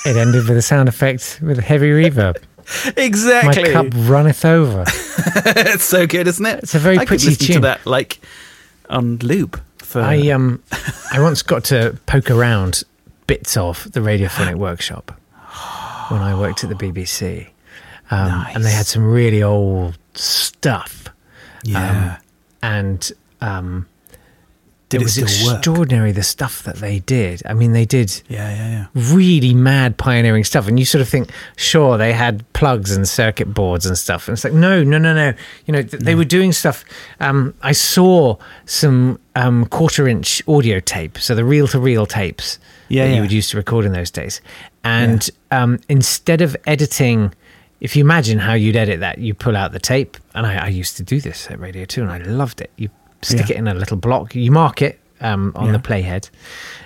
It ended with a sound effect with a heavy reverb. Exactly. My cup runneth over. it's so good, isn't it? It's a very I could pretty listen To tune. that like on loop. For I um, I once got to poke around bits of the radiophonic workshop when I worked at the BBC, um, and they had some really old stuff. Yeah. um, and um, Did it it was still work? extraordinary the stuff that they did. I mean, they did yeah, yeah, yeah. really mad pioneering stuff. And you sort of think, sure, they had plugs and circuit boards and stuff. And it's like, no, no, no, no. You know, th- they were doing stuff. Um, I saw some um, quarter inch audio tape, so the reel to reel tapes Yeah, that yeah. you would use to record in those days. And um, instead of editing, if you imagine how you'd edit that, you pull out the tape. And I, I used to do this at Radio 2 and I loved it. You stick Yeah. it in a little block, you mark it. Um, on Yeah. the playhead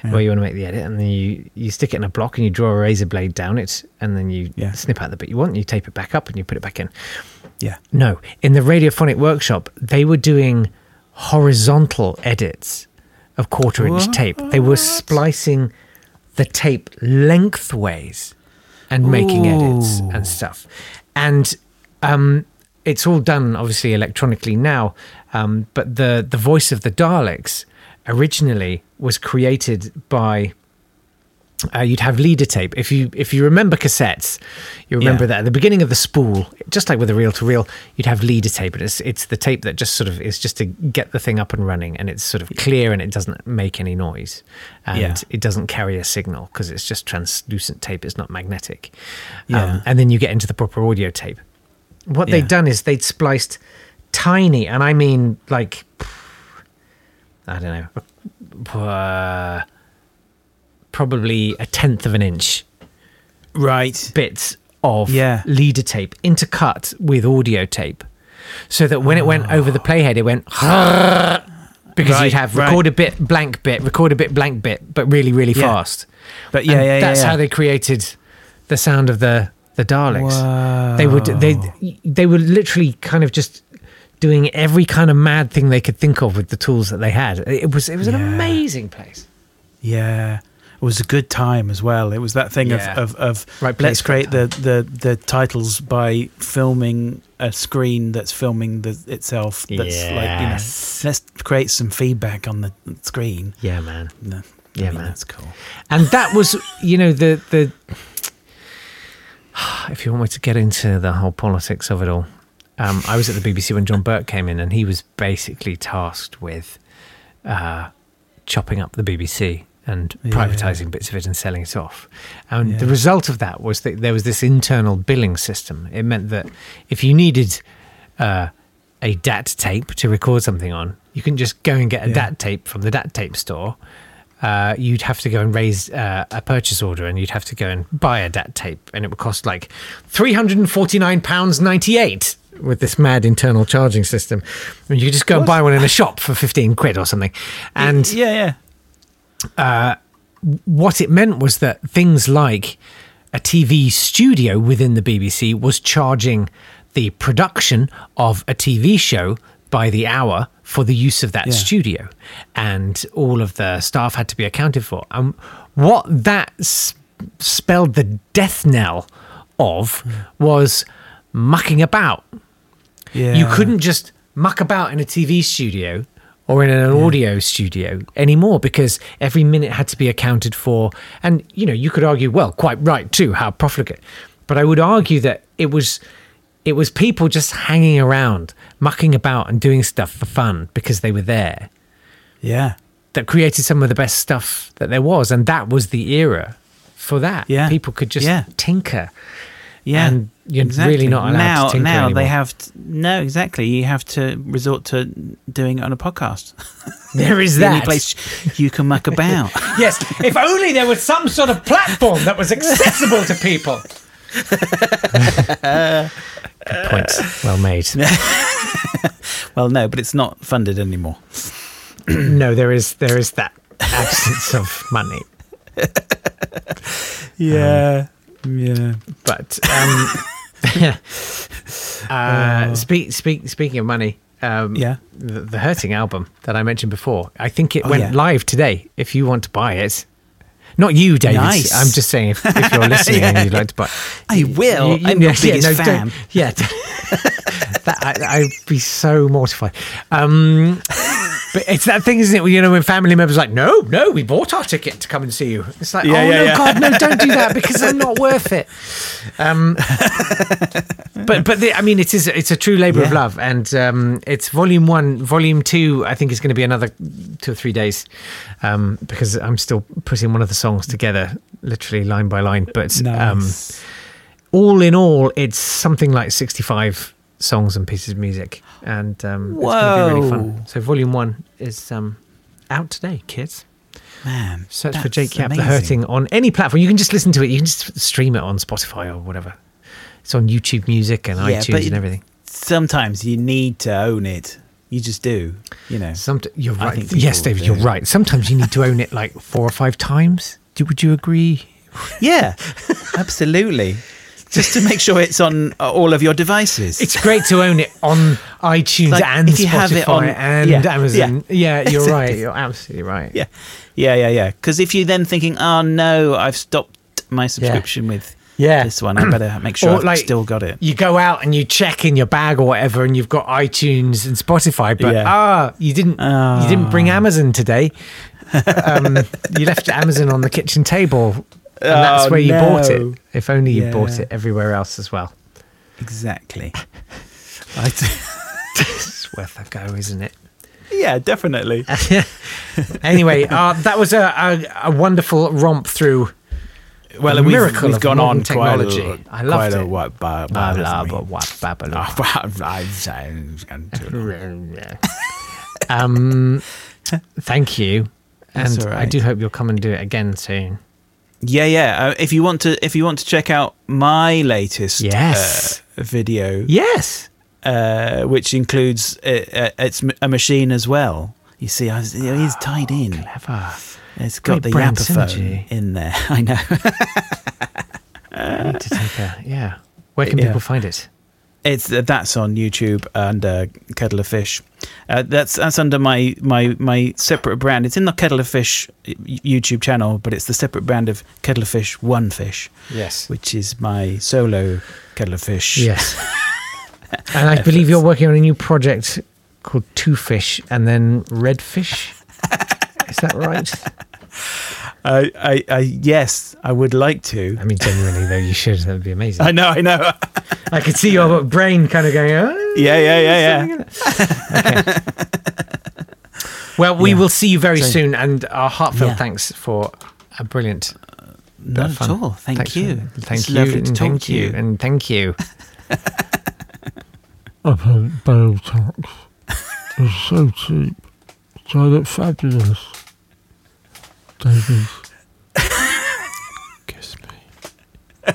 Yeah. where you want to make the edit, and then you you stick it in a block and you draw a razor blade down it, and then you snip out the bit you want, and you tape it back up, and you put it back in. Yeah. No, in the radiophonic workshop, they were doing horizontal edits of quarter inch tape. They were splicing the tape lengthways and making edits and stuff. And um, it's all done obviously electronically now, um, but the the voice of the Daleks originally was created by uh, you'd have leader tape. If you if you remember cassettes, you remember that at the beginning of the spool, just like with the reel to reel, you'd have leader tape, and it's it's the tape that just sort of is just to get the thing up and running, and it's sort of clear and it doesn't make any noise, and Yeah. it doesn't carry a signal because it's just translucent tape. It's not magnetic. Um, Yeah. and then you get into the proper audio tape. What Yeah. they'd done is they'd spliced tiny, and I mean like I don't know, uh, probably a tenth of an inch. Right. Bits of Yeah. leader tape intercut with audio tape. So that when it went over the playhead, it went because Right, you'd have right. record a bit, blank bit, record a bit, blank bit, but really, really Yeah. fast. But yeah, And yeah, yeah, that's yeah. how they created the sound of the the Daleks. They would they they were literally kind of just doing every kind of mad thing they could think of with the tools that they had. It was it was an amazing place. Yeah. It was a good time as well. It was that thing Yeah. of, of, of Right place, let's create the, the, the titles by filming a screen that's filming the, itself. That's like, you know, Yes. let's create some feedback on the screen. Yeah, man. No, Yeah, I mean, man. That's cool. and that was you know the the if you want me to get into the whole politics of it all um, i was at the bbc when john burke came in and he was basically tasked with uh, chopping up the bbc and Yeah. privatizing bits of it and selling it off and the Yeah. result of that was that there was this internal billing system it meant that if you needed uh, a DAT tape to record something on. You can just go and get a DAT tape from the DAT tape store. Uh, you'd have to go and raise uh, a purchase order and you'd have to go and buy a DAT tape, and it would cost like £349.98 with this mad internal charging system. And you could just go and buy one in a shop for 15 quid or something. And yeah, yeah. uh, what it meant was that things like a TV studio within the BBC was charging the production of a TV show by the hour for the use of that Yeah. studio, and all of the staff had to be accounted for. And what that s- spelled the death knell of was mucking about. Yeah. You couldn't just muck about in a TV studio or in an audio studio anymore because every minute had to be accounted for. And, you know, you could argue, well, quite right too, how profligate. But I would argue that it was. It was people just hanging around, mucking about, and doing stuff for fun because they were there Yeah. that created some of the best stuff that there was, and that was the era for that. Yeah. people could just Yeah. tinker. Yeah, and you're exactly. really not allowed now. to tinker now anymore. they have t no, exactly. You have to resort to doing it on a podcast. There is The only that. place you can muck about. yes, if only there was some sort of platform that was accessible to people. Good point. Well made. well, no, but it's not funded anymore. no, there is there is that absence of money. Yeah, yeah. But um, uh, speak, speak, speaking of money, um, Yeah. the, the Hurting album that I mentioned before, I think it Oh, went yeah. live today. If you want to buy it, Not you, David. Nice. I'm just saying if, if you're listening and you'd like to buy. I will. I'm your biggest fan. don't- Yeah. that, I, I'd be so mortified. Um, but it's that thing, isn't it? when, You know, when family members are like, no, no, we bought our ticket to come and see you. It's like, Yeah, oh, yeah, no, yeah. God, no, don't do that because I'm not worth it. Um, but but the, I mean, it is it's a true labour of Yeah. love, and um, it's volume one, volume two. I think is going to be another two or three days um, because I'm still putting one of the songs together, literally line by line. But um, all in all, it's something like 65 songs and pieces of music, and um, it's going to be really Whoa. fun. So volume one is um, out today, kids. Man, search for that's Jake Yap the amazing. Hurting on any platform. You can just listen to it. You can just stream it on Spotify or whatever. It's on YouTube Music and Yeah, but iTunes you- and everything. Sometimes you need to own it. You just do. You know. Somet- you're I right. think yes, people David, do. you're right. Sometimes you need to own it like four or five times. Do, would you agree? Yeah, absolutely. Just to make sure it's on uh, all of your devices. It's great to own it on iTunes Like, and if you Spotify have it on- and yeah, Amazon. Yeah, yeah. you're right. Exactly. You're absolutely right. Yeah, yeah, yeah, yeah. Because if you're then thinking, "Oh no, I've stopped my subscription with Yeah. this one. I better make sure Or, I've like, still got it." You go out and you check in your bag or whatever, and you've got iTunes and Spotify, but Yeah. Ah. ah, you didn't. You didn't bring Amazon today. um, you left Amazon on the kitchen table, and that's Oh, where you bought no. it. If only you bought Yeah. it everywhere else as well. Exactly. it's worth a go, isn't it? Yeah, definitely. Anyway, uh, that was a, a, a wonderful romp through. Well, a we've, miracle we've of gone modern on technology. quite a, I quite loved it. a what, ba- Blah, ba- blah, hasn't blah, what, Babylon. Oh, well, I've- I've gone too um, thank you, That's and all I right. do hope you'll come and do it again soon. Yeah, yeah. Uh, if you want to, if you want to check out my latest Yes. uh, video, yes, uh, which includes uh, uh, it's m- a machine as well. You see, I was, it is tied in. Oh, Clever. It's got Great the brand Yapperphone synergy. in there. I know. I need to take a yeah. Where can Yeah. people find it? It's uh, that's on YouTube under Kettle of Fish. Uh, that's that's under my my my separate brand. It's in the Kettle of Fish y- YouTube channel, but it's the separate brand of Kettle of Fish One Fish. Yes. which is my solo Kettle of Fish. Yes. And I believe you're working on a new project called Two Fish and then Red Fish. Is that right? I, I, I yes, I would like to. I mean, genuinely though, you should. That would be amazing. I know, I know. I could see your brain kind of going. Oh. yeah, yeah, yeah, yeah. Well, we will see you very So- soon, and our heartfelt Yeah. thanks for a brilliant. bit Not of at fun. all. Thank Thanks for- you. Thank It's you. lovely to and talk thank to you. you. And thank you. I paid Botox. It's so cheap. So I look fabulous. David. kiss me.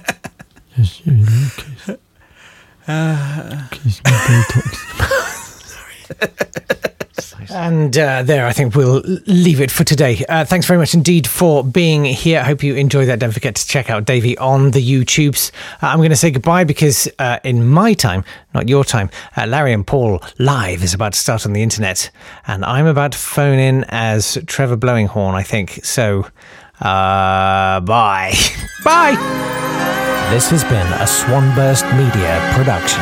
Yes, you you kiss. kiss me, Botox. And uh, there, I think we'll leave it for today. Uh, thanks very much indeed for being here. I hope you enjoyed that. Don't forget to check out Davey on the YouTubes. Uh, I'm going to say goodbye because uh, in my time, not your time, uh, Larry and Paul Live is about to start on the internet. And I'm about to phone in as Trevor Blowinghorn, I think. So, uh, bye. bye. This has been a Swanburst Media production.